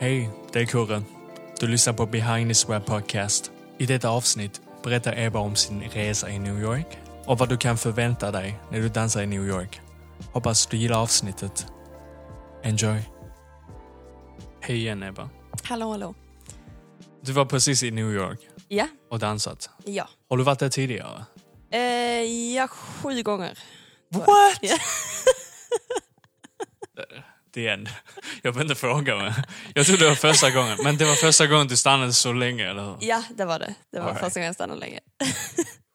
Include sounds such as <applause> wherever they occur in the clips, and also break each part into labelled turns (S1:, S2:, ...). S1: Hej, det är Kurre. Du lyssnar på Behind the Swear Podcast. I detta avsnitt berättar Eva om sin resa i New York och vad du kan förvänta dig när du dansar i New York. Hoppas du gillar avsnittet. Enjoy. Hej igen Eva.
S2: Hallå, hallå.
S1: Du var precis i New York
S2: Ja,
S1: och dansat.
S2: ja.
S1: Har du varit där tidigare?
S2: Eh, ja, sju gånger.
S1: What?
S2: Ja.
S1: <laughs> The end. Jag behöver inte fråga. Men jag trodde det var första gången. Men det var första gången du stannade så länge, eller hur?
S2: Ja, det var det. Det var
S1: Alright.
S2: första gången jag stannade länge.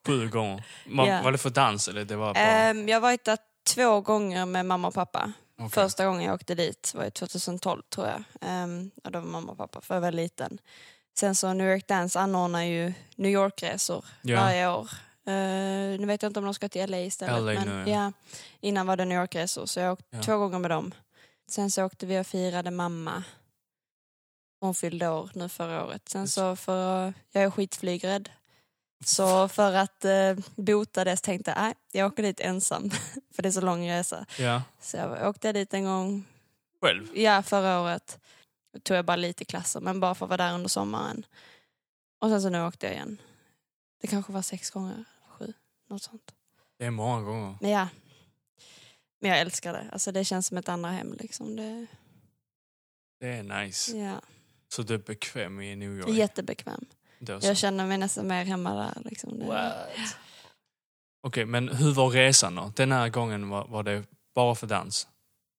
S1: Sju gånger. Man,
S2: Ja.
S1: Var det för dans eller det var bara...
S2: Ehm, jag har varit där två gånger med mamma och pappa.
S1: Okej.
S2: Första gången jag åkte dit var ju 2012 tror jag. Ehm, och då var mamma och pappa för jag var liten. Sen så New York Dance anordnar ju New York-resor
S1: Ja.
S2: varje år. Ehm, nu vet jag inte om de ska till LA istället.
S1: LA
S2: men,
S1: nu, ja.
S2: ja. Innan var det New York-resor så jag åkte
S1: Ja.
S2: två gånger med dem. Sen så åkte vi och firade mamma. Hon fyllde år nu förra året. Sen
S1: Just.
S2: så för jag är skitflygrädd. Så för att eh, bota det så tänkte jag, nej, jag åker dit ensam. <laughs> För det är så lång resa.
S1: Ja.
S2: Så jag åkte dit en gång,
S1: Själv?
S2: ja förra året. Då tog jag bara lite klasser, men bara för att vara där under sommaren. Och sen så nu åkte jag igen. Det kanske var sex gånger, sju, något sånt.
S1: Det är många gånger.
S2: Men ja. Men jag älskar det. Alltså det känns som ett andra hem liksom. Det,
S1: Det är nice.
S2: ja.
S1: Så du är bekväm i New
S2: det är
S1: York?
S2: jättebekväm.
S1: Då så.
S2: Jag känner mig nästan mer hemma där liksom. Det,
S1: What? Okej, men hur var resan då? Den här gången var, var det bara för dans?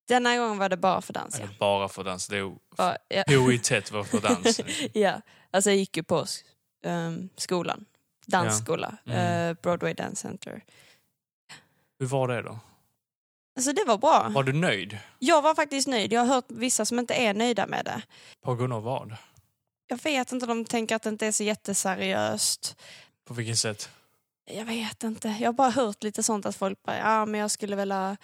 S2: Denna gången var det bara för dans. Ja.
S1: Eller bara för dans? Det är ju...
S2: Bara, ja.
S1: Prioritet var för
S2: <laughs>
S1: dans.
S2: ja, alltså jag gick ju på ehm, skolan, dansskola,
S1: Ja. Mm.
S2: eh, Broadway Dance Center.
S1: Hur var det då?
S2: Alltså det var bra.
S1: Var du nöjd?
S2: Jag var faktiskt nöjd. Jag har hört vissa som inte är nöjda med det.
S1: På grund av vad?
S2: Jag vet inte, de tänker att det inte är så jätteseriöst.
S1: På vilket sätt?
S2: Jag vet inte. Jag har bara hört lite sånt att folk bara, ja men jag skulle vilja,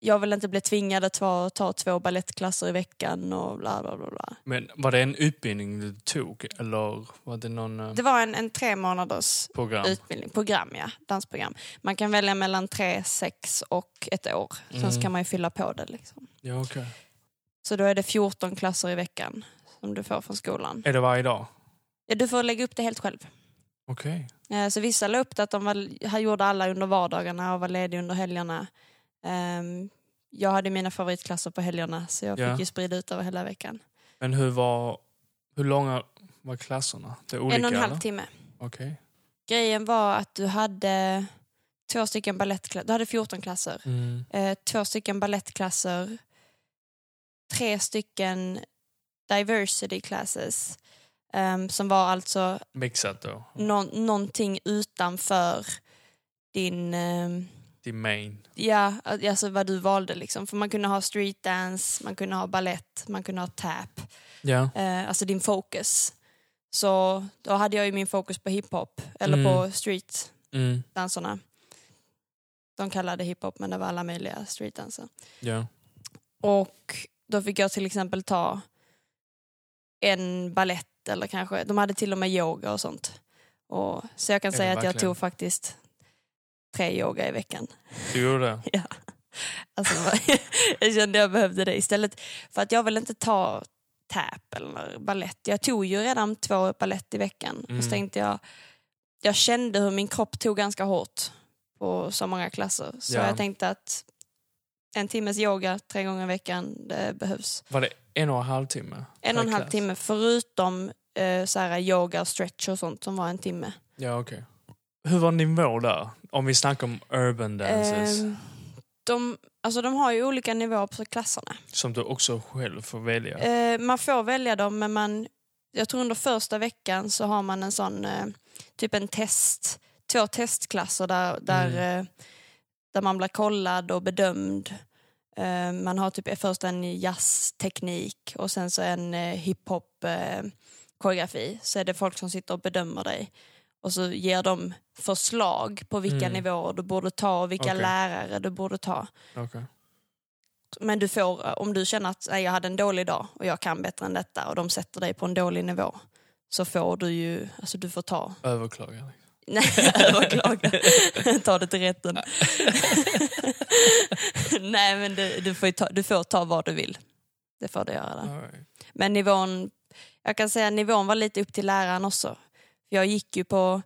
S2: jag vill inte bli tvingad att ta, ta två ballettklasser i veckan och bla bla bla. bla.
S1: Men var det en utbildning du tog eller var det någon eh,
S2: Det var en, en tre månaders
S1: program?
S2: utbildning, program ja, dansprogram. Man kan välja mellan tre, sex och ett år. Sen så
S1: Mm.
S2: kan man ju fylla på det. Liksom.
S1: Ja, okej.
S2: Så då är det 14 klasser i veckan som du får från skolan.
S1: Är det varje dag?
S2: Ja, Du får lägga upp det helt själv.
S1: Okej.
S2: Eh, Så vissa la upp det att de var, här gjorde alla under vardagarna och var ledig under helgerna. Ehm, Jag hade mina favoritklasser på helgerna så jag fick
S1: Ja.
S2: ju sprida ut över hela veckan.
S1: Men hur var... Hur långa var klasserna? Det är olika,
S2: en och en halv
S1: eller?
S2: timme.
S1: Okej.
S2: Grejen var att du hade två stycken balettklasser, du hade 14 klasser.
S1: Mm.
S2: eh, två stycken ballettklasser, tre stycken diversity classes ehm, som var alltså
S1: Mixat då?
S2: nå- någonting utanför din, ehm,
S1: Din main?
S2: ja, alltså vad du valde liksom. För man kunde ha street dance, man kunde ha ballett, man kunde ha tap,
S1: Ja.
S2: eh, alltså din fokus. Så då hade jag ju min fokus på hiphop, eller
S1: Mm.
S2: på street
S1: Mm.
S2: danserna. De kallade hiphop men det var alla möjliga streetdanser.
S1: Ja.
S2: Och då fick jag till exempel ta en ballett eller kanske, de hade till och med yoga och sånt. Och, så jag kan
S1: Är det
S2: säga att jag
S1: verkligen?
S2: tog faktiskt tre yoga i veckan.
S1: Du gjorde det?
S2: Alltså, det var- <laughs> jag kände jag behövde det istället. För att jag ville inte ta tap eller ballett. Jag tog ju redan två ballett i veckan. Och
S1: Mm.
S2: så tänkte jag, jag kände hur min kropp tog ganska hårt på så många klasser. Så
S1: Ja.
S2: jag tänkte att en timmes yoga tre gånger i veckan, det behövs.
S1: Var det en och en halv timme?
S2: En och en
S1: per
S2: halv
S1: klass?
S2: timme förutom eh, så här yoga och stretch och sånt som var en timme.
S1: Ja, okej. Hur var nivån där? Om vi snackar om urban dances,
S2: Ehm, de, alltså de har ju olika nivåer på klasserna.
S1: som du också själv får välja.
S2: Eh, man får välja dem men man, jag tror under första veckan så har man en sån, eh, typ en test, två testklasser där, där,
S1: Mm.
S2: eh, där man blir kollad och bedömd. Eh, man har typ först en jazzteknik och sen så en eh, hiphop eh, koreografi. Så är det folk som sitter och bedömer dig. Och så ger de förslag på vilka
S1: Mm.
S2: nivåer du borde ta och vilka
S1: Okej.
S2: lärare du borde ta.
S1: Okej.
S2: Men du får, eh, om du känner att nej, jag hade en dålig dag och jag kan bättre än detta och de sätter dig på en dålig nivå så får du ju, alltså du får ta, <laughs>
S1: Överklaga. liksom.
S2: nej överklaga, <laughs> ta det till rätten. nej men du, du, får ju ta, du får ta vad du vill. Det får du göra där.
S1: All right.
S2: Men nivån, jag kan säga nivån var lite upp till läraren också. Jag gick ju på,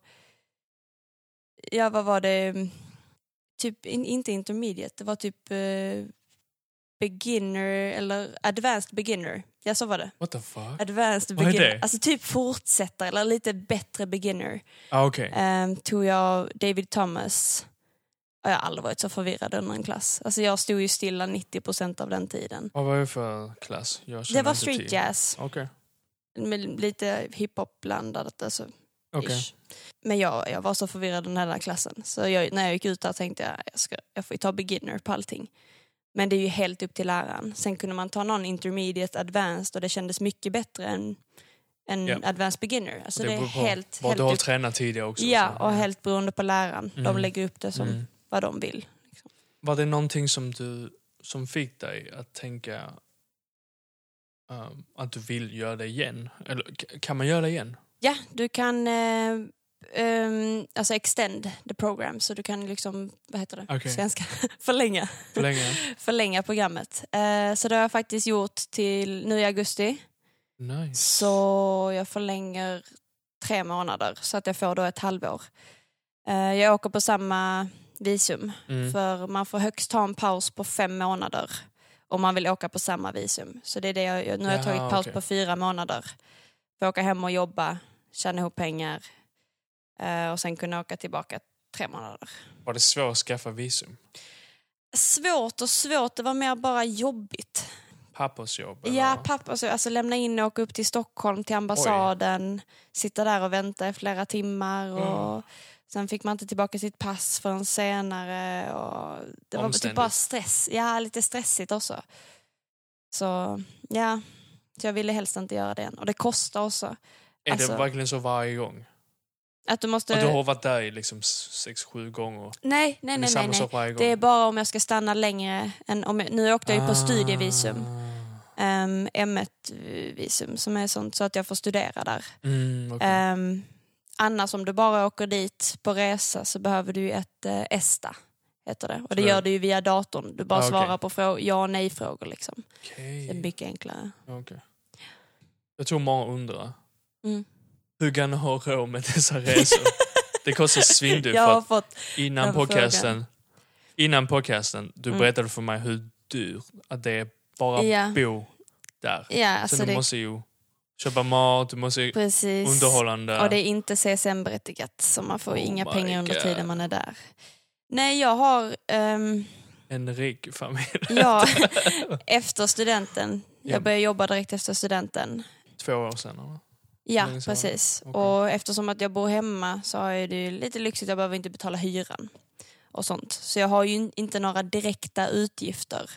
S2: ja vad var det, typ in, inte intermediate, det var typ eh, beginner eller advanced beginner. Ja så var det.
S1: What the fuck?
S2: Eh. Advanced
S1: Vad är
S2: beginner,
S1: det?
S2: alltså typ fortsättare eller lite bättre beginner.
S1: Ah, Okej.
S2: Ehm, tog jag David Thomas. Och Jag har aldrig varit så förvirrad under en klass. Alltså jag stod ju stilla 90% av den tiden.
S1: Vad var det för klass? Jag känner
S2: Det var
S1: inte till.
S2: street jazz,
S1: Okej.
S2: med lite hiphop blandat. Alltså,
S1: Okej.
S2: ish. Men jag, jag var så förvirrad under hela klassen. Så jag, när jag gick ut där tänkte jag jag, ska, jag får ju ta beginner på allting. Men det är ju helt upp till läraren. Sen kunde man ta någon intermediate advanced och det kändes mycket bättre än, än
S1: Ja.
S2: advanced beginner. Alltså
S1: Det
S2: det, är
S1: beror på
S2: helt,
S1: Vad
S2: helt,
S1: du har
S2: upp,
S1: tränat tidigare också.
S2: ja,
S1: så.
S2: och helt beroende på läraren.
S1: Mm.
S2: De lägger upp det som
S1: Mm.
S2: vad de vill.
S1: Var det någonting som du som fick dig att tänka um, att du vill göra det igen? Eller k- kan man göra det igen?
S2: Ja, du kan eh, ehm, alltså extend the program så du kan liksom, vad heter det,
S1: Okej.
S2: svenska, <laughs> förlänga,
S1: För
S2: <laughs>
S1: länge?
S2: förlänga programmet. Eh, så det har jag faktiskt gjort till nu i augusti.
S1: Nice.
S2: Så jag förlänger tre månader så att jag får då ett halvår. Eh, jag åker på samma visum
S1: Mm.
S2: för man får högst ta en paus på fem månader om man vill åka på samma visum. Så det är det jag, jag- nu har jag
S1: Jaha,
S2: tagit paus
S1: okej.
S2: på fyra månader. Får åka hem och jobba, tjäna ihop pengar eh, och sen kunna åka tillbaka tre månader.
S1: Var det svårt att skaffa visum?
S2: Svårt och svårt, det var mer bara jobbigt.
S1: Pappersjobb?
S2: Ja, pappa, så, alltså lämna in och åka upp till Stockholm till ambassaden, sitta där och vänta i flera timmar och
S1: Mm.
S2: sen fick man inte tillbaka sitt pass förrän senare och det var typ
S1: Omständigt.
S2: bara stress. Ja, lite stressigt också. Så ja, så jag ville helst inte göra det än. Och det kostar också.
S1: Är det
S2: alltså-
S1: verkligen så varje gång?
S2: Att du måste...
S1: Och du har varit där i liksom s- sex, sju gånger?
S2: Nej,
S1: Är
S2: nej,
S1: det
S2: nej,
S1: samma
S2: nej. nej.
S1: sak varje gång?
S2: Det är bara om jag ska stanna längre än om jag, Nu åkte jag ju på studievisum,
S1: Ah.
S2: um, M1-visum eh, som är sånt så att jag får studera där.
S1: Mm, okej.
S2: Ehm, annars om du bara åker dit på resa så behöver du ju ett eh, ESTA. Heter det. Och det
S1: Så-
S2: gör du ju via datorn. Du bara
S1: Ah, okej.
S2: svarar på frå- ja och nej frågor. Liksom.
S1: Okej.
S2: Det är mycket enklare.
S1: Okej. Jag tror många undrar.
S2: Mm.
S1: Hur kan du ha råd med dessa
S2: <laughs>
S1: resor? det kostar svindyrt
S2: jag
S1: för
S2: har
S1: att
S2: fått,
S1: innan
S2: den frågan.
S1: podcasten, innan podcasten, du
S2: Mm.
S1: berättade för mig hur dyrt att det är bara att
S2: Ja.
S1: bo där.
S2: ja
S1: Så
S2: alltså
S1: du
S2: det,
S1: måste ju köpa mat, du måste ju
S2: precis.
S1: underhållande.
S2: Och det är inte CSN-berättigat så man får
S1: Oh
S2: inga
S1: my
S2: pengar under
S1: God.
S2: tiden man är där. Nej, jag har, ehm,
S1: En rik familj. <laughs>
S2: ja, <laughs> efter studenten,
S1: Ja.
S2: jag började jobba direkt efter studenten.
S1: Två år senare.
S2: Ja,
S1: Länge sedan.
S2: precis.
S1: Okej.
S2: Och eftersom att jag bor hemma så är det ju lite lyxigt, jag behöver inte betala hyran och sånt. Så jag har ju in- inte några direkta utgifter.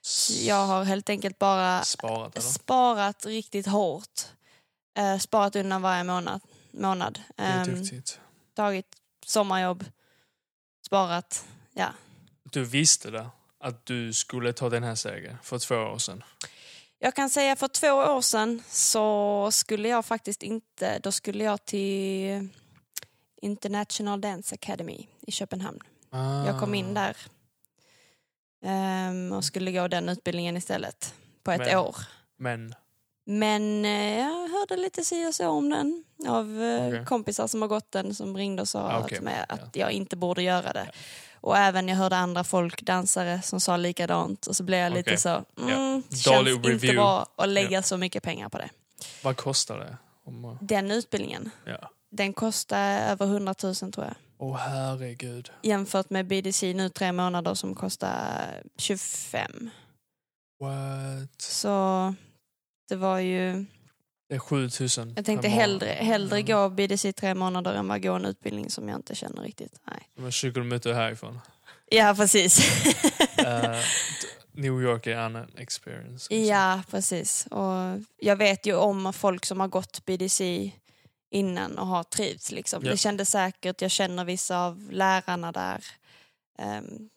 S2: Så Jag har helt enkelt bara
S1: Sparat eller?
S2: sparat riktigt hårt. Eh, sparat undan varje månad. månad.
S1: Det är
S2: Ehm,
S1: duktigt.
S2: tagit sommarjobb, sparat.
S1: Du visste det, att du skulle ta den här stegen för två år sedan.
S2: Jag kan säga för två år sedan så skulle jag faktiskt inte, då skulle jag till International Dance Academy i Köpenhamn. Jag kom
S1: Ah.
S2: in där ehm, och skulle gå den utbildningen istället på ett
S1: Men-
S2: år.
S1: Men,
S2: Men eh, jag hörde lite si och så om den av eh,
S1: Okej.
S2: kompisar som har gått den som ringde och sa
S1: Ah, okej.
S2: att, med, att jag inte borde göra det. Och även jag hörde andra folkdansare som sa likadant och så blev jag lite
S1: Okej.
S2: så, mm, det känns
S1: Dålig
S2: inte
S1: review.
S2: bra att lägga så mycket pengar på det.
S1: vad kostar det? Om,
S2: Den utbildningen,
S1: ja.
S2: den kostar över 100 000 tror jag.
S1: Åh herregud.
S2: Jämfört med BDC nu tre månader som kostar 25.
S1: What?
S2: Så det var ju...
S1: Det är 7000
S2: Jag tänkte
S1: per månad.
S2: hellre,
S1: Mm.
S2: hellre gå BDC tre månader än vad gå en utbildning som jag inte känner riktigt. Nej.
S1: De är 20 minuter härifrån.
S2: Ja, precis. <laughs>
S1: Eh, <laughs> New York är en annan experience. liksom.
S2: ja, precis. Och jag vet ju om folk som har gått BDC innan och har trivts. Liksom.
S1: Ja.
S2: Det kändes säkert, jag känner vissa av lärarna där. Ehm,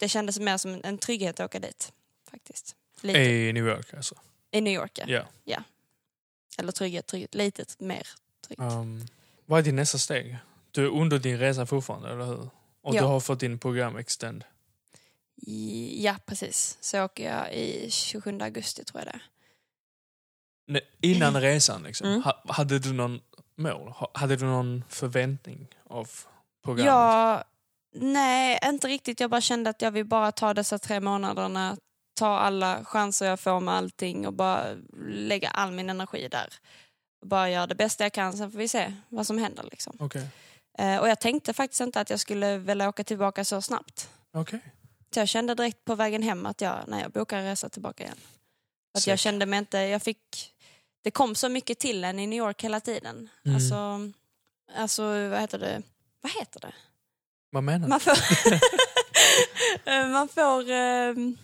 S2: det kändes mer som en- en trygghet att åka dit, faktiskt. Lite.
S1: I New York alltså.
S2: I New York, ja.
S1: Ja.
S2: Eller trygghet, trygghet. Lite mer tryggt.
S1: Um, vad är din nästa steg? Du är under din resa fortfarande, eller hur? Och
S2: Ja.
S1: du har fått din program extend.
S2: Ja, precis. Så åker jag i 27 augusti tror jag det är.
S1: Nej, Innan resan, liksom,
S2: Mm.
S1: ha, hade du någon mål? Ha, hade du någon förväntning av programmet?
S2: Ja, nej, inte riktigt. Jag bara kände att jag vill bara ta dessa tre månaderna, ta alla chanser jag får med allting och bara lägga all min energi där. Bara göra det bästa jag kan, sen får vi se vad som händer. Liksom.
S1: Okej.
S2: Eh, och jag tänkte faktiskt inte att jag skulle vilja åka tillbaka så snabbt.
S1: Okej.
S2: Så jag kände direkt på vägen hem att jag, nej, jag bokar en resa tillbaka igen. Att
S1: Sick.
S2: jag kände mig inte, jag fick, det kom så mycket till en i New York hela tiden.
S1: Mm.
S2: Alltså, alltså, vad heter det? Vad heter det?
S1: Vad menar du?
S2: Man får...
S1: <laughs>
S2: <laughs> Eh, man får ehm,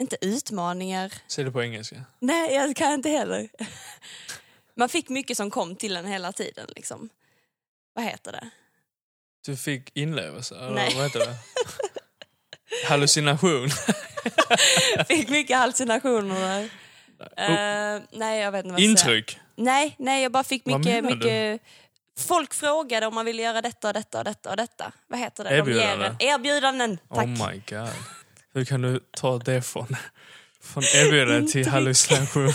S2: inte utmaningar.
S1: Säg det på engelska.
S2: Nej, jag kan inte heller. <laughs> Man fick mycket som kom till en hela tiden. Liksom. Vad heter det?
S1: <laughs> Du fick inlevelse? Eller
S2: Nej.
S1: vad heter
S2: <laughs>
S1: det? Hallucination?
S2: Fick mycket hallucinationer. där. Eh, nej, jag vet inte vad jag ska säga.
S1: Intryck?
S2: Nej, nej, jag bara fick
S1: Vad
S2: mycket...
S1: menar du?
S2: mycket Folk frågade om man ville göra detta och detta och detta och detta. Vad heter det? De ger en-
S1: Erbjudande.
S2: Erbjudanden, tack.
S1: Oh my god. Hur kan du ta det från, från erbjudande till
S2: Intryck.
S1: hallucination?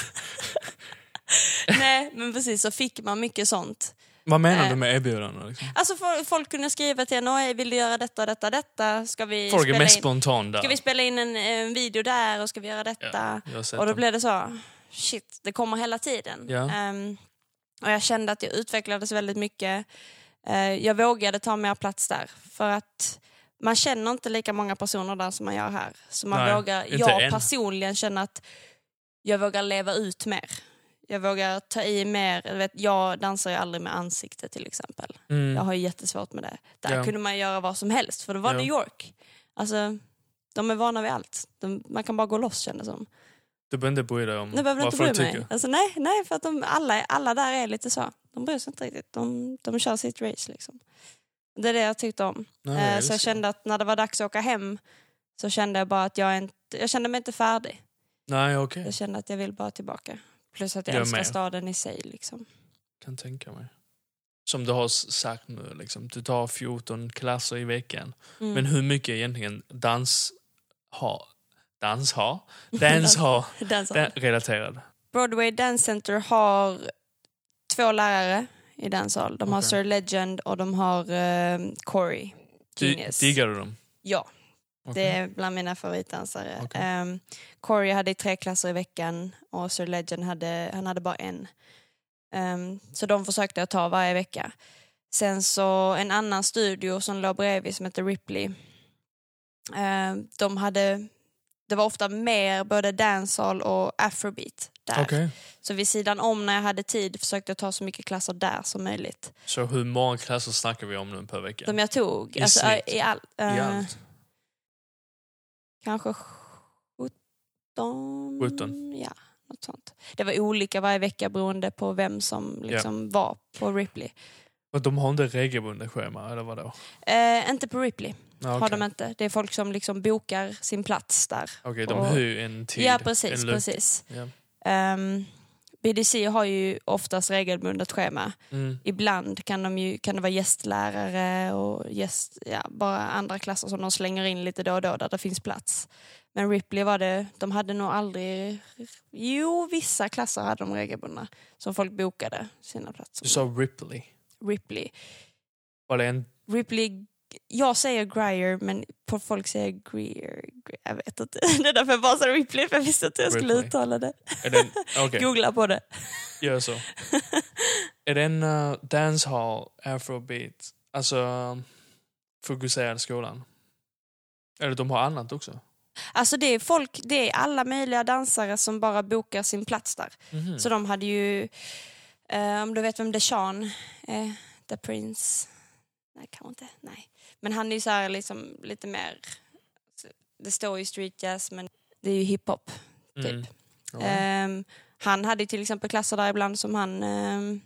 S2: Nej, men precis så fick man mycket sånt.
S1: Vad menar
S2: Eh.
S1: du med erbjudande? Liksom?
S2: Alltså fo- folk kunde skriva till en, "Oj, vill du göra detta och detta och detta? Ska vi,
S1: Folk är
S2: spela
S1: mest
S2: in,
S1: spontan där.
S2: ska vi spela in en, en video där och ska vi göra detta?
S1: Jag har sett
S2: och då
S1: dem.
S2: blev det så, shit, det kommer hela tiden.
S1: Ja.
S2: Ehm, och jag kände att jag utvecklades väldigt mycket. Eh, jag vågade ta mer plats där för att man känner inte lika många personer där som man gör här. Så man
S1: Nej,
S2: vågar,
S1: inte
S2: jag
S1: än.
S2: personligen känner att jag vågar leva ut mer. Jag vågar ta i mer. Du vet, jag dansar ju aldrig med ansikte till exempel.
S1: Mm.
S2: Jag har ju jättesvårt med det. Där
S1: Ja.
S2: kunde man göra vad som helst för det var
S1: Ja.
S2: New York. Alltså, de är vana vid allt. De, man kan bara gå loss kändes det som.
S1: Du behöver inte bry dig om
S2: Nu behöver du
S1: vad
S2: inte
S1: folk
S2: bry mig.
S1: Mm. tycker.
S2: Alltså, nej, nej, för att de, alla, alla där är lite så. De bryr sig inte riktigt. De, de kör sitt race liksom. Det är det jag tyckte om.
S1: Nej,
S2: Eh, så
S1: älskar.
S2: jag kände att när det var dags att åka hem så kände jag bara att jag inte, jag kände mig inte färdig.
S1: Nej, okej.
S2: Jag kände att jag vill bara tillbaka. Plus att jag,
S1: Jag
S2: älskar
S1: med.
S2: staden i sig liksom.
S1: Kan tänka mig. Som du har s- sagt nu, liksom, du tar 14 klasser i veckan.
S2: Mm.
S1: Men hur mycket egentligen dans har... Dans har?
S2: <laughs>
S1: Dans har...
S2: Den saken.
S1: den- Relaterad.
S2: Broadway Dance Center har två lärare i danshall. De har
S1: Okej.
S2: Sir Legend och de har eh, Corey
S1: Di-
S2: Genius.
S1: diggar du dem?
S2: Ja, det
S1: Okej.
S2: är bland mina favoritdansare.
S1: Okej.
S2: Ehm, Corey hade tre klasser i veckan och Sir Legend hade, han hade bara en. Ehm, så de försökte jag ta varje vecka. Sen så en annan studio som låg bredvid som heter Ripley. Ehm, de hade, det var ofta mer både dancehall och afrobeat där.
S1: Okej.
S2: Så vid sidan om när jag hade tid försökte jag ta så mycket klasser där som möjligt.
S1: Så hur många klasser snackar vi om nu per vecka?
S2: Som jag tog,
S1: I
S2: i, alltså,
S1: snitt.
S2: i, all,
S1: I
S2: eh,
S1: allt?
S2: kanske 17.
S1: 17.
S2: Ja, något sånt. Det var olika varje vecka beroende på vem som liksom var på Ripley.
S1: Och de har inte regelbundet schema, eller vadå?
S2: Eh, inte på Ripley,
S1: Ja,
S2: har
S1: okej.
S2: de inte. Det är folk som liksom bokar sin plats där.
S1: Okej, de
S2: och-
S1: hyr en tid.
S2: ja, precis.
S1: en luft.
S2: precis.
S1: Ja.
S2: Ehm, BDC har ju oftast regelbundet schema.
S1: Mm.
S2: ibland kan, de ju, kan det vara gästlärare och gäst, ja, bara andra klasser som de slänger in lite då och då där det finns plats. Men Ripley var det, de hade nog aldrig, jo vissa klasser hade de regelbundna som folk bokade sina
S1: Du
S2: platser.
S1: sa Ripley.
S2: Ripley.
S1: Var det en...
S2: Ripley, jag säger Greer men på folk säger Greer, Greer jag vet inte. <laughs> Det är därför jag bara sa Ripley för jag visste inte hur jag skulle
S1: Ripley.
S2: uttala det.
S1: Är det en
S2: <laughs>
S1: Okej,
S2: Googla på det.
S1: gör
S2: <laughs>
S1: så. Är det en uh, dancehall, afrobeat, alltså um, fokuserad skolan? Eller de har annat också?
S2: Alltså det är folk, det är alla möjliga dansare som bara bokar sin plats där.
S1: Mhm.
S2: Så de hade ju, eh, om du vet vem Deshaun är, The Prince. Nej, kanske inte. Nej. Men han är ju så här liksom lite mer, det står ju street jazz men det är ju hiphop. typ.
S1: Mm. Ja.
S2: Eh, han hade ju till exempel klasser där ibland som han, eh,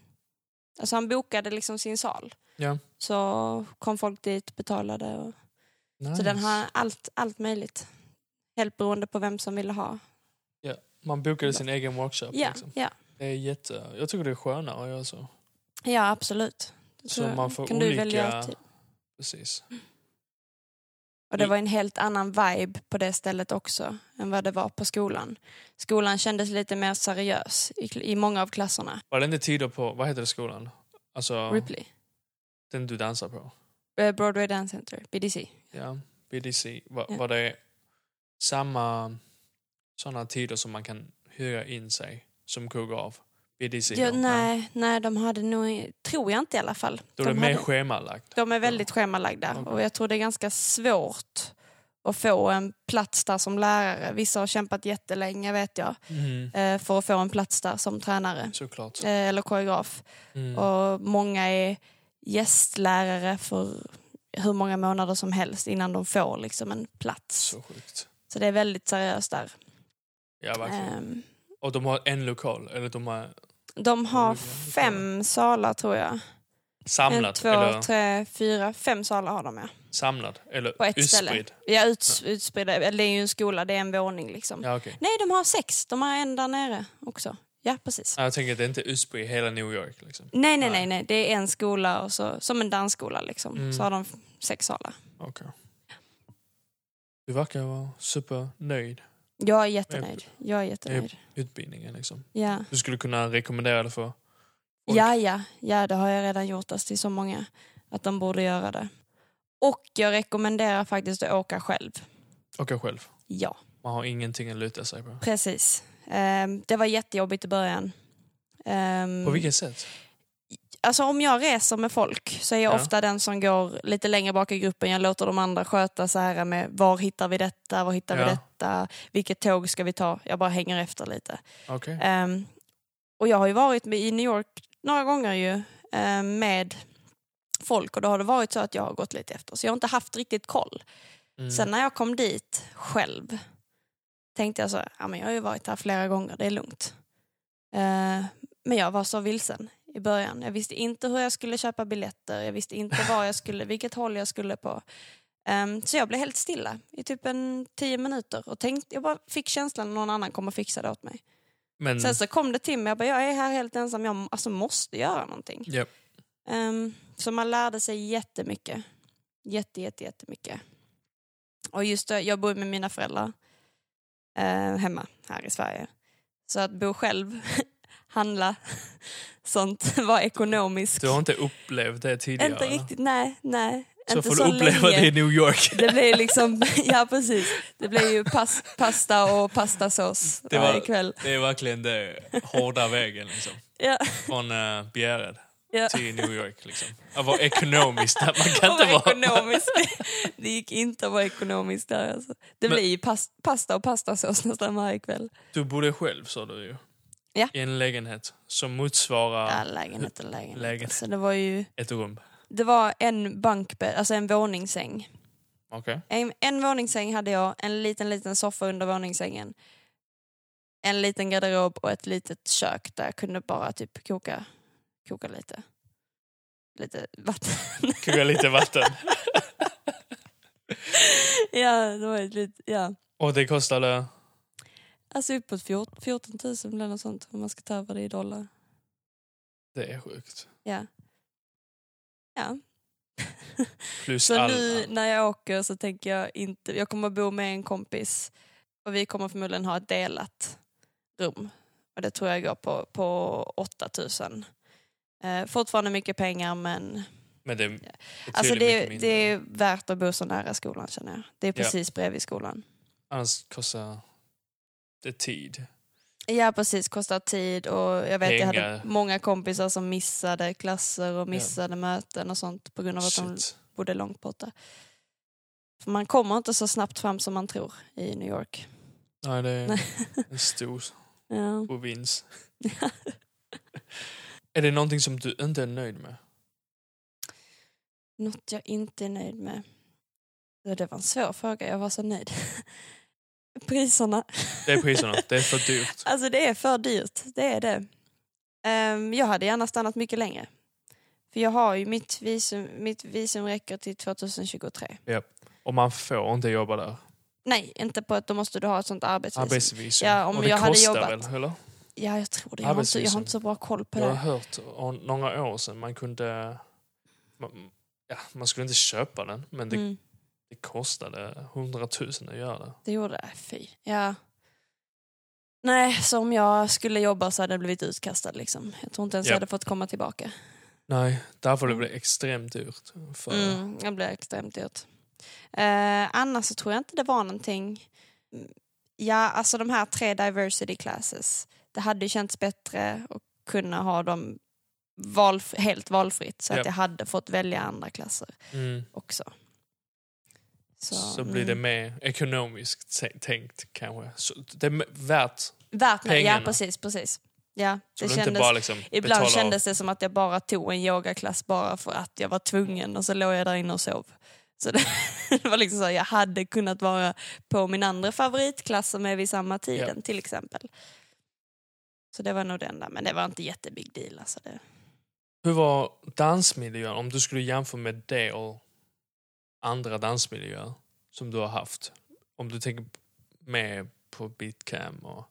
S2: alltså han bokade liksom sin sal.
S1: Ja.
S2: Så kom folk dit, betalade. Och,
S1: Nice.
S2: Så den har allt, allt möjligt. Helt beroende på vem som ville ha.
S1: Man bokade sin egen workshop.
S2: Ja,
S1: Liksom.
S2: ja.
S1: Det är jätte... Jag tycker det är skönare att göra så.
S2: ja absolut.
S1: Så man får
S2: kan du
S1: olika...
S2: typ- välja till-
S1: Precis.
S2: Och det
S1: Mm.
S2: var en helt annan vibe på det stället också än vad det var på skolan. Skolan kändes lite mer seriös i, kl- i många av klasserna.
S1: Var det inte tider på, vad heter det skolan? Alltså
S2: Ripley.
S1: den du dansar på?
S2: Eh, Broadway Dance Center, BDC.
S1: Ja, BDC. Var,
S2: Ja.
S1: var det samma sådana tider som man kan hyra in sig som kuggav? BDC?
S2: Ja,
S1: då?
S2: nej, nej, de hade nog, tror jag inte i alla fall.
S1: Då är
S2: de,
S1: det mer
S2: hade,
S1: schemalagt.
S2: de är väldigt schemalagda
S1: Okej.
S2: och jag tror det är ganska svårt att få en plats där som lärare. Vissa har kämpat jättelänge vet jag
S1: Mm.
S2: eh, för att få en plats där som tränare
S1: Såklart.
S2: eh, eller koreograf.
S1: Mm.
S2: Och många är gästlärare för hur många månader som helst innan de får liksom en plats.
S1: Så sjukt.
S2: Så det är väldigt seriöst där.
S1: Ja, verkligen.
S2: Ehm,
S1: Och de har en lokal, eller de har
S2: De har
S1: Olika lokaler.
S2: fem salar tror jag. en,
S1: samlat,
S2: två,
S1: eller
S2: tre, fyra, fem salar har de ja.
S1: samlat, eller
S2: På ett
S1: utspridd.
S2: ställe. Ja, uts- utspridda. Eller det är ju en skola, det är en våning liksom.
S1: Ja, okej.
S2: Nej, de har sex. De har en där nere också. Ja, precis.
S1: Ja, Jag tänker att det är inte utspridd i hela New York. Liksom.
S2: Nej,
S1: Nej.
S2: nej, nej, nej. Det är en skola och så, som en dansskola liksom.
S1: Mm.
S2: Så har de sex salar.
S1: Okej. Du verkar vara supernöjd
S2: Jag är jättenöjd. Jag är jättenöjd.
S1: med utbildningen. Liksom.
S2: Ja.
S1: Du skulle kunna rekommendera det för folk?
S2: ja, ja, ja, det har jag redan gjort alltså, till så många. Att de borde göra det. Och jag rekommenderar faktiskt att åka själv.
S1: Och jag själv.
S2: Ja.
S1: Man har ingenting att luta sig på.
S2: Precis. Ehm, det var jättejobbigt i början. Ehm,
S1: På vilket sätt?
S2: Alltså om jag reser med folk så är jag
S1: Ja.
S2: ofta den som går lite längre bak i gruppen. Jag låter de andra sköta så här med var hittar vi detta, var hittar
S1: Ja.
S2: vi detta, vilket tåg ska vi ta? Jag bara hänger efter lite.
S1: Okej.
S2: Ehm, och jag har ju varit med, i New York några gånger ju ehm, med folk och då har det varit så att jag har gått lite efter. Så jag har inte haft riktigt koll.
S1: Mm.
S2: Sen när jag kom dit själv tänkte jag så här, ja, men jag har ju varit här flera gånger, det är lugnt. Eh, men jag var så vilsen i början. Jag visste inte hur jag skulle köpa biljetter, jag visste inte var jag skulle, vilket håll jag skulle på. Ehm, så jag blev helt stilla i typ en tio minuter och tänkte, jag bara fick känslan att någon annan kommer fixa det åt mig.
S1: Men,
S2: Sen så kom det till mig, jag bara, jag är här helt ensam, jag alltså, måste göra någonting.
S1: ja,
S2: Ehm, så man lärde sig jättemycket. Jätte, jätte, jättemycket. Och just det, jag bor med mina föräldrar eh, hemma här i Sverige. Så att bo själv, <laughs> handla, <laughs> sånt, vara ekonomisk.
S1: du har inte upplevt det tidigare?
S2: inte
S1: eller?
S2: riktigt, nej, nej.
S1: Så
S2: inte
S1: får
S2: så
S1: du uppleva
S2: länge.
S1: det i New York.
S2: Det blir liksom, <laughs> ja precis. Det blir ju pas, pasta och pastasås
S1: Det var-
S2: varje kväll.
S1: Det är verkligen det hårda vägen liksom.
S2: Ja,
S1: Från uh, Bjärred
S2: ja.
S1: till New York. Liksom. Att vara ekonomisk där. Man kan
S2: Och
S1: inte vara...
S2: ekonomiskt. <laughs> Det gick inte att vara ekonomisk där. Alltså. Det
S1: Men-
S2: blir ju pas- pasta och pastasås nästan varje kväll.
S1: Du bodde själv sa du ju.
S2: Ja.
S1: I en lägenhet som
S2: Ja,
S1: motsvarar
S2: lägenhet och lägenhet.
S1: Lägenhet.
S2: Så det var ju
S1: ett rum.
S2: det var en bankbädd, alltså en våningssäng.
S1: Okej.
S2: En, en våningssäng hade jag, en liten liten soffa under våningssängen. En liten garderob och ett litet kök där jag kunde bara typ koka, koka lite. Lite vatten. <laughs>
S1: Koka lite vatten.
S2: ja, det var ett litet, ja.
S1: Och det kostade...
S2: Alltså uppåt 14, 14 000 eller något sånt om man ska ta över det i dollar.
S1: Det är sjukt.
S2: Ja. Ja.
S1: Plus
S2: Så
S1: all...
S2: nu när jag åker så tänker jag inte, jag kommer bo med en kompis och vi kommer förmodligen ha ett delat rum. Och det tror jag går på, på 8000. Eh, fortfarande mycket pengar men
S1: Men det, det
S2: alltså
S1: det,
S2: det, är- det är värt att bo så nära skolan känner jag. Det är
S1: Ja.
S2: precis bredvid skolan.
S1: Annars kostar det tid.
S2: Ja precis, kostar tid och jag vet jag hade
S1: Pengar.
S2: många kompisar som missade klasser och missade möten och sånt på grund av att de
S1: Shit.
S2: bodde långt borta. För man kommer inte så snabbt fram som man tror i New York.
S1: Nej, det är
S2: <laughs> Nej.
S1: en stor
S2: Ja.
S1: provins. Är det någonting som du inte är nöjd med?
S2: Något jag inte är nöjd med. Ja, Det var en svår fråga, jag var så nöjd. <laughs> Priserna.
S1: Det är priserna. Det är för dyrt.
S2: Alltså det är för dyrt, det är det. Ehm, jag hade gärna stannat mycket längre. För jag har ju mitt visum, mitt visum räcker till 2023.
S1: Och man får inte jobba där.
S2: Nej, inte på att då måste du ha ett sånt arbetsvisum.
S1: Arbetsvisum.
S2: Ja, om
S1: och det
S2: jag hade
S1: kostar
S2: jobbat.
S1: väl, eller?
S2: ja, jag tror det. Jag har, inte, jag har
S1: Arbetsvisum.
S2: inte så bra koll på
S1: Jag har
S2: det.
S1: hört om några år sedan man kunde... Man, ja, man skulle inte köpa den, men det
S2: Mm.
S1: Det kostade hundratusen att göra det.
S2: Det gjorde det? Fy. Ja. Nej, så om jag skulle jobba så hade jag blivit utkastad liksom. Jag tror inte ens
S1: Ja.
S2: jag hade fått komma tillbaka.
S1: Nej, därför det blev extremt dyrt. För,
S2: Mm, jag blev extremt dyrt. Eh, annars så tror jag inte det var någonting. Mm, Ja, alltså de här tre diversity classes. Det hade ju känts bättre att kunna ha dem valf- helt valfritt så
S1: Ja.
S2: att jag hade fått välja andra klasser
S1: Mm.
S2: också.
S1: Så, blir det
S2: mm.
S1: mer ekonomiskt se- tänkt kanske. Så det är värt. Så
S2: värt det. Ja,
S1: pengarna.
S2: precis, precis. Ja, det
S1: du
S2: kändes,
S1: inte bara liksom
S2: ibland
S1: betalar
S2: kändes det som att jag bara tog en yogaklass bara för att jag var tvungen och så låg jag där inne och sov. Så det, <laughs> det var liksom så här, jag hade kunnat vara på min andra favoritklass som är vid samma tiden till exempel. Så det var nog det enda, men det var inte jättebig deal. Alltså det.
S1: Hur var dansmiljön om du skulle jämföra med det och andra dansmiljöer som du har haft? Om du tänker med på Bitcam och...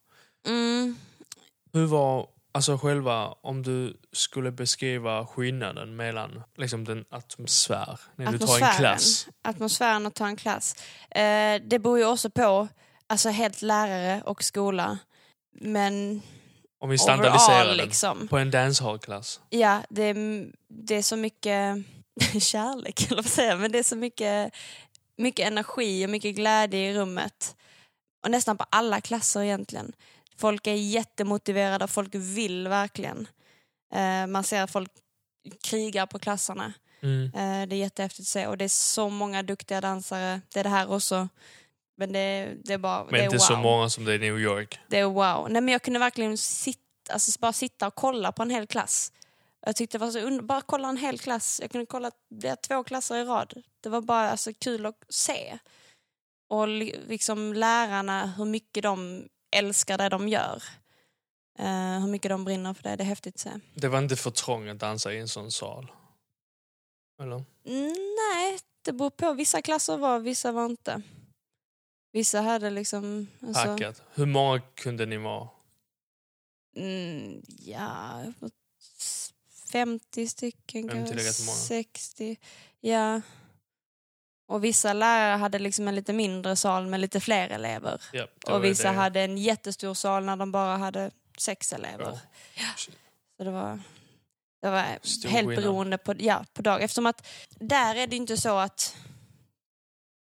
S2: Mm.
S1: Hur var, alltså själva, om du skulle beskriva skillnaden mellan liksom den atmosfär, när du tar en
S2: Atmosfären.
S1: klass.
S2: atmosfären att ta en klass. Eh, det beror ju också på, alltså helt lärare och skola. Men
S1: Om vi standardiserar
S2: overall
S1: den
S2: liksom.
S1: på en dancehall-klass.
S2: Ja, det är, det är så mycket <laughs> kärlek, eller vad säger jag, men det är så mycket, mycket energi och mycket glädje i rummet. Och nästan på alla klasser egentligen. Folk är jättemotiverade och folk vill verkligen. Eh, man ser att folk krigar på klasserna.
S1: Mm.
S2: Eh, det är jättehäftigt att se och det är så många duktiga dansare. Det är det här också. Men det, det är bara
S1: Men
S2: det är
S1: inte
S2: wow.
S1: så många som det är i New York.
S2: Det är wow. Nej, men jag kunde verkligen sitta, alltså, bara sitta och kolla på en hel klass. Jag tyckte det var så under- bara kolla en hel klass. Jag kunde kolla det är två klasser i rad. Det var bara alltså, kul att se. Och li- liksom lärarna, hur mycket de älskar det de gör. Eh, hur mycket de brinner för det, det är häftigt att se.
S1: Det var inte för trångt att dansa i en sån sal. Eller?
S2: Mm, nej, det beror på. Vissa klasser var, vissa var inte. Vissa hade liksom... alltså-
S1: Packat. Hur många kunde ni vara?
S2: Mm, ja, uppåt 50 stycken
S1: 50
S2: kanske.
S1: är rätt många.
S2: 60. Ja. Och vissa lärare hade liksom en lite mindre sal med lite fler elever.
S1: Ja, det var
S2: Och
S1: ju
S2: vissa
S1: det.
S2: hade en jättestor sal när de bara hade sex elever.
S1: Ja.
S2: Så det var, det var
S1: Stor
S2: helt
S1: skillnad.
S2: beroende på, ja, på dag. Eftersom att där är det inte så att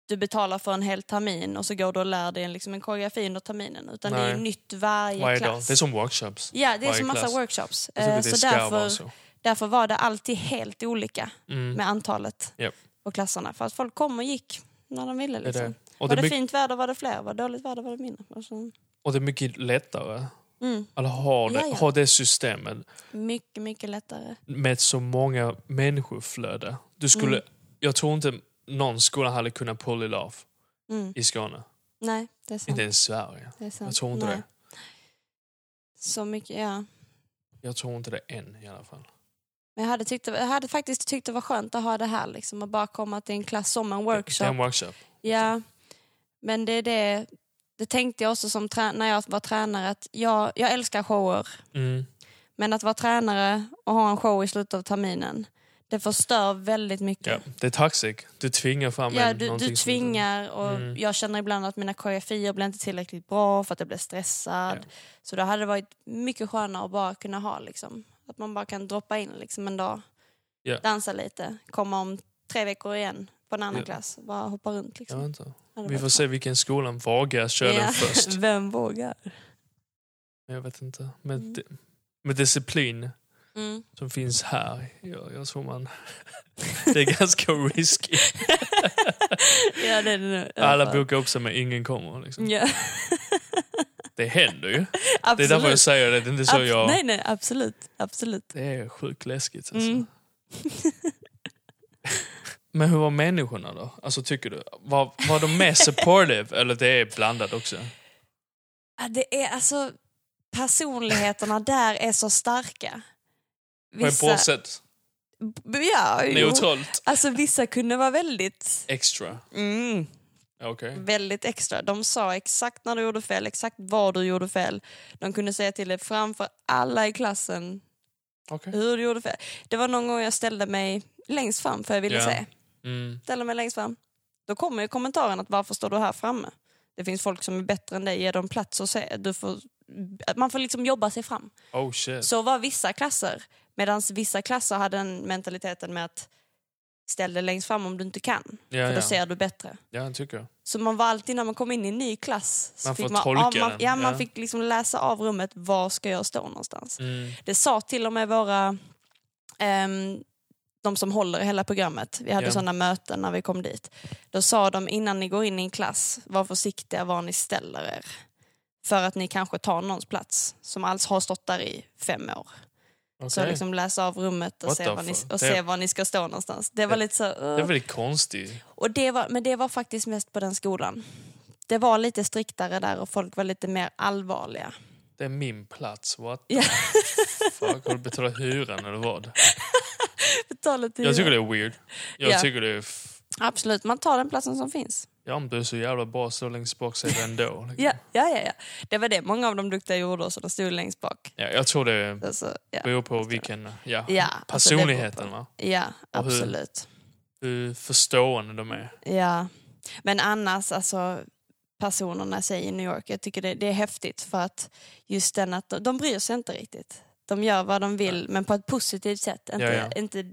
S2: du betalar för en hel termin och så går du och lär dig en, liksom en koreografi under terminen. Utan det är
S1: Nej.
S2: ju nytt varje,
S1: Varje dag.
S2: klass.
S1: Det är som workshops.
S2: Ja, det är
S1: varje
S2: som massa
S1: klass.
S2: workshops.
S1: Jag tycker
S2: Eh,
S1: det
S2: Så
S1: ska vara
S2: därför,
S1: så.
S2: därför var det alltid helt olika
S1: Mm.
S2: med antalet
S1: Japp.
S2: och klasserna. För att folk kom och gick när de ville.
S1: Det är det.
S2: Liksom.
S1: Och, det
S2: var
S1: är
S2: det
S1: mycket,
S2: fint väder var det fler, var det dåligt väder var det mindre. Alltså,
S1: och det är mycket lättare.
S2: mm.
S1: Eller har det,
S2: Ja, ja.
S1: har det systemet
S2: Mycket, mycket lättare.
S1: med så många människoflöde. Du skulle,
S2: Mm.
S1: Jag tror inte någon skola hade kunnat pull it off
S2: Mm.
S1: i Skåne.
S2: Nej, det är sant.
S1: Inte ens Sverige.
S2: Det är sant.
S1: Jag tror inte
S2: Nej.
S1: det.
S2: Så mycket, ja.
S1: Jag tror inte det än i alla fall.
S2: Men jag hade, tyckt, jag hade faktiskt tyckt det var skönt att ha det här liksom. Och bara komma till en klass som en
S1: Det är
S2: workshop.
S1: en workshop.
S2: Ja, men det är det. Det tänkte jag också som trä- när jag var tränare att jag, jag älskar shower.
S1: Mm.
S2: Men att vara tränare och ha en show i slutet av terminen, det förstör väldigt
S1: Ja.
S2: mycket.
S1: Det är toxic. Du tvingar fram
S2: Ja,
S1: en-
S2: du,
S1: någonting
S2: du
S1: som inte-
S2: tvingar och
S1: Mm.
S2: jag känner ibland att mina koreografier blir inte tillräckligt bra för att jag blir stressad.
S1: Ja.
S2: Så då hade det varit mycket skönare att bara kunna ha liksom. Att man bara kan droppa in liksom en dag,
S1: Ja.
S2: dansa lite, komma om tre veckor igen på en annan
S1: Ja.
S2: klass, bara hoppa runt
S1: Jag
S2: liksom.
S1: vet inte.
S2: Hade
S1: Vi får
S2: varit skönt.
S1: se vilken skola vågar köra
S2: Ja.
S1: den först.
S2: <laughs> Vem vågar?
S1: Jag vet inte. Med,
S2: Mm.
S1: di- med disciplin
S2: Mm.
S1: som finns här, jag, jag tror man... <laughs> det är ganska risky.
S2: <laughs> ja, det är det nu.
S1: Alla bokar upp sig men ingen kommer. Liksom. <laughs>
S2: Ja.
S1: Det händer ju. Det är
S2: Absolut.
S1: därför jag säger det. Det är inte så
S2: Abs-
S1: jag...
S2: Nej, nej, absolut. absolut.
S1: Det är sjukt läskigt. Alltså.
S2: Mm. <laughs>
S1: Men hur var människorna då? Alltså tycker du? Var, var de mer supportive? Eller det är blandat också?
S2: Ja, det är alltså personligheterna där är så starka.
S1: På ett bra sätt?
S2: B- ja, jo.
S1: Neutralt?
S2: Alltså vissa kunde vara väldigt,
S1: Extra?
S2: mm,
S1: Ja, Okej.
S2: väldigt extra. De sa exakt när du gjorde fel, exakt var du gjorde fel. De kunde säga till dig framför alla i klassen
S1: Okej.
S2: hur du gjorde fel. Det var någon gång jag ställde mig längst fram för jag ville
S1: Ja.
S2: se.
S1: Mm.
S2: Ställde mig längst fram. Då kommer ju kommentaren att varför står du här framme? Det finns folk som är bättre än dig, ge dem plats och se. Du får, man får liksom jobba sig fram.
S1: Oh shit.
S2: Så var vissa klasser. Medan vissa klasser hade den mentaliteten med att ställ dig längst fram om du inte kan.
S1: ja,
S2: för
S1: ja.
S2: då ser du bättre.
S1: ja, jag tycker jag.
S2: Så man var alltid när man kom in i en ny klass. så
S1: Man får
S2: fick
S1: tolka
S2: ja, man,
S1: den,
S2: Ja, man
S1: ja.
S2: fick liksom läsa av rummet. Var ska jag stå någonstans?
S1: Mm.
S2: Det sa till och med våra, ehm, de som håller i hela programmet, vi hade
S1: Ja.
S2: sådana möten när vi kom dit. Då sa de innan ni går in i en klass, var försiktiga var ni ställer er. För att ni kanske tar någons plats som alls har stått där i fem år. Så
S1: Okej.
S2: liksom läsa av rummet och,
S1: What
S2: se
S1: the
S2: var, ni,
S1: fuck? Det-
S2: och se var ni ska stå någonstans. Det var
S1: Det-
S2: lite så...
S1: Det är
S2: Uh.
S1: väldigt konstigt.
S2: Och det var, men det var faktiskt mest på den skolan. Det var lite striktare där och folk var lite mer allvarliga.
S1: Det är min plats, what the
S2: Ja.
S1: <laughs> fuck? Har du betalat hyran eller vad?
S2: Betala till-
S1: Jag tycker det är weird. Jag
S2: Ja.
S1: tycker det är... F-
S2: Absolut, man tar den platsen som finns.
S1: ja, men du är så jävla bra, stå längst bak så är det
S2: <laughs>
S1: ändå. liksom.
S2: Ja, ja, ja, ja. Det var det många av de duktiga gjorde, så de stod längst bak.
S1: Ja, jag tror det
S2: Alltså, ja.
S1: beror på vilken... Ja,
S2: Ja, alltså det beror
S1: personligheten,
S2: på-
S1: va?
S2: ja,
S1: Och hur-
S2: absolut.
S1: Hur förstående de är.
S2: Ja. Men annars, alltså personerna sig i New York, jag tycker det, det är häftigt för att just den att de, de bryr sig inte riktigt. De gör vad de vill, men på ett positivt sätt. Inte,
S1: Ja, ja.
S2: inte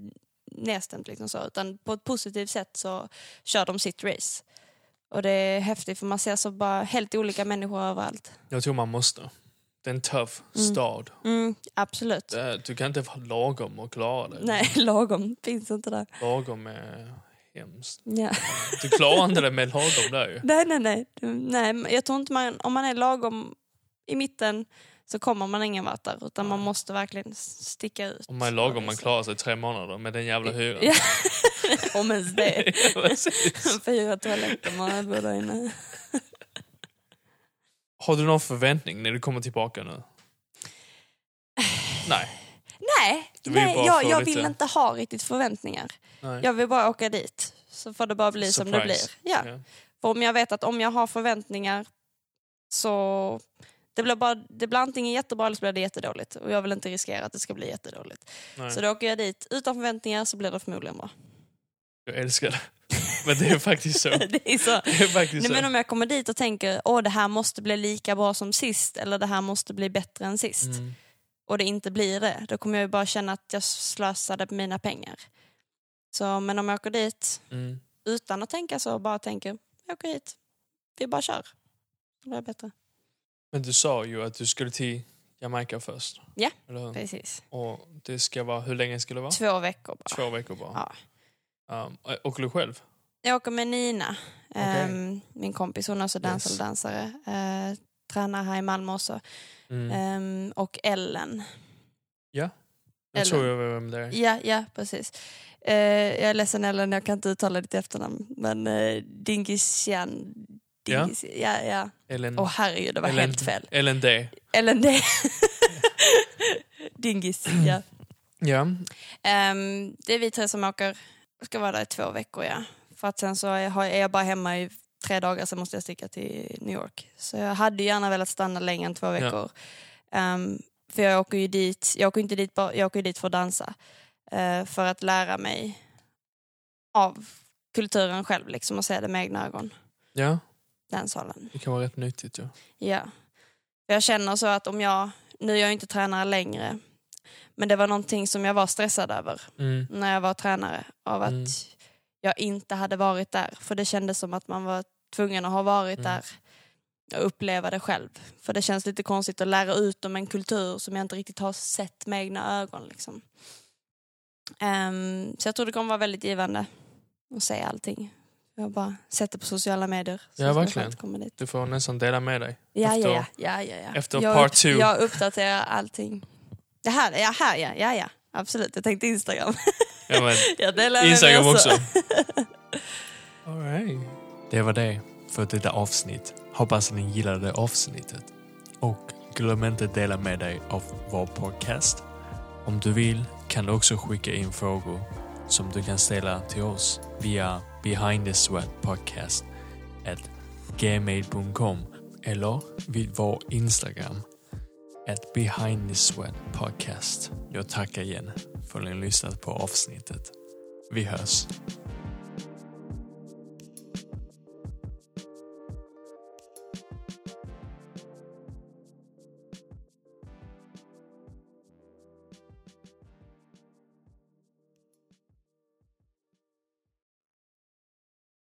S2: nedstämt liksom så, utan på ett positivt sätt så kör de sitt race. Och det är häftigt för man ser så bara helt olika människor överallt.
S1: Jag tror man måste. Det är en tuff
S2: Mm.
S1: stad.
S2: Mm, absolut.
S1: Det är- Du kan inte vara lagom och klara dig.
S2: Nej, <laughs> lagom finns inte där.
S1: Lagom är hemskt.
S2: Ja.
S1: Du klarar inte det med lagom där ju.
S2: Nej, nej, nej. Du- nej. men Jag tror inte man, om man är lagom i mitten så kommer man ingen vart där utan man måste verkligen s- sticka ut.
S1: Om man är lagom man klarar sig tre månader med den jävla hyran.
S2: Ja. <laughs> Om ens det.
S1: <laughs> Ja, precis.
S2: Fyra toaletter man bor där inne.
S1: Har du någon förväntning när du kommer tillbaka nu? Nej.
S2: Nej,
S1: Du vill
S2: nej
S1: bara
S2: jag,
S1: få
S2: jag
S1: lite-
S2: vill inte ha riktigt förväntningar.
S1: Nej.
S2: Jag vill bara åka dit. Så får det bara bli som det
S1: Surprise.
S2: blir. Ja. För om jag vet att om jag har förväntningar så det blir, bara, det blir antingen jättebra eller så blir det jättedåligt. Och jag vill inte riskera att det ska bli jättedåligt.
S1: Nej.
S2: Så då åker jag dit utan förväntningar så blir det förmodligen bra.
S1: Jag älskar det. Men det är faktiskt så. Det
S2: <laughs> det är så.
S1: är faktiskt
S2: Nej, men
S1: så.
S2: om jag kommer dit och tänker åh det här måste bli lika bra som sist eller det här måste bli bättre än sist
S1: Mm.
S2: och det inte blir det, då kommer jag ju bara känna att jag slösade på mina pengar. Så, men om jag åker dit
S1: Mm.
S2: utan att tänka så, bara tänker jag åker hit, vi bara kör. Då blir det bättre.
S1: Men du sa ju att du skulle till Jamaica först.
S2: Ja.
S1: Eller hur?
S2: Precis.
S1: Och det ska vara, hur länge ska det vara?
S2: Två veckor bara.
S1: Två veckor bara.
S2: Ja.
S1: Um, åker du själv?
S2: Jag åker med Nina,
S1: Okej.
S2: ehm, min kompis, hon är också dansare
S1: Yes.
S2: och dansare. Eh, tränar här i Malmö också.
S1: Mm.
S2: Ehm, och Ellen.
S1: jag
S2: eller-
S1: tror jag vet vem det är.
S2: Ja, ja precis. Eh, jag är ledsen Ellen, jag kan inte uttala ditt efternamn. Men uh, Dingisian.
S1: Ja.
S2: Dingis, ja, ja.
S1: Ellen,
S2: Åh herregud, det var
S1: Ellen,
S2: helt fel.
S1: Ellen D.
S2: Ellen D. <laughs> Dingis, ja.
S1: Ja.
S2: Ehm, det är vi tre som åker, ska vara där i två veckor ja. För att sen så är har- är jag bara hemma i tre dagar, sen måste jag sticka till New York. Så jag hade ju gärna velat stanna längre än två veckor. Ehm, för jag åker ju dit, jag åker inte dit, bara, jag åker ju dit för att dansa. Eh, för att lära mig av kulturen själv liksom och se det med egna ögon.
S1: ja,
S2: Danshalen.
S1: det kan vara rätt nyttigt ju.
S2: Ja. Jag känner så att om jag, nu är jag ju inte tränare längre, men det var någonting som jag var stressad över
S1: Mm.
S2: när jag var tränare av att
S1: Mm.
S2: jag inte hade varit där. För det kändes som att man var tvungen att ha varit
S1: Mm.
S2: där och uppleva det själv. För det känns lite konstigt att lära ut om en kultur som jag inte riktigt har sett med egna ögon. Liksom. Ehm, så jag tror det kommer vara väldigt givande att se allting. Jag har bara sett det på sociala medier. så
S1: Ja,
S2: jag ska
S1: verkligen.
S2: faktiskt komma dit.
S1: Du får nästan dela med dig.
S2: Ja,
S1: Efter-
S2: ja, ja, ja, ja.
S1: efter
S2: jag,
S1: part two.
S2: Jag uppdaterar allting. Det här, ja, här ja, ja, ja. Absolut, jag tänkte Instagram.
S1: Ja, men,
S2: Jag delar med
S1: Instagram
S2: mig
S1: också.
S2: <laughs>
S1: All right. Det var det för detta avsnitt. Hoppas ni gillade avsnittet. Och glöm inte att dela med dig av vår podcast. Om du vill kan du också skicka in frågor som du kan ställa till oss via behindthesweatpodcast gmail.com eller vid vår Instagram at behindthesweatpodcast. Jag tackar igen för att ni lyssnat på avsnittet. Vi hörs.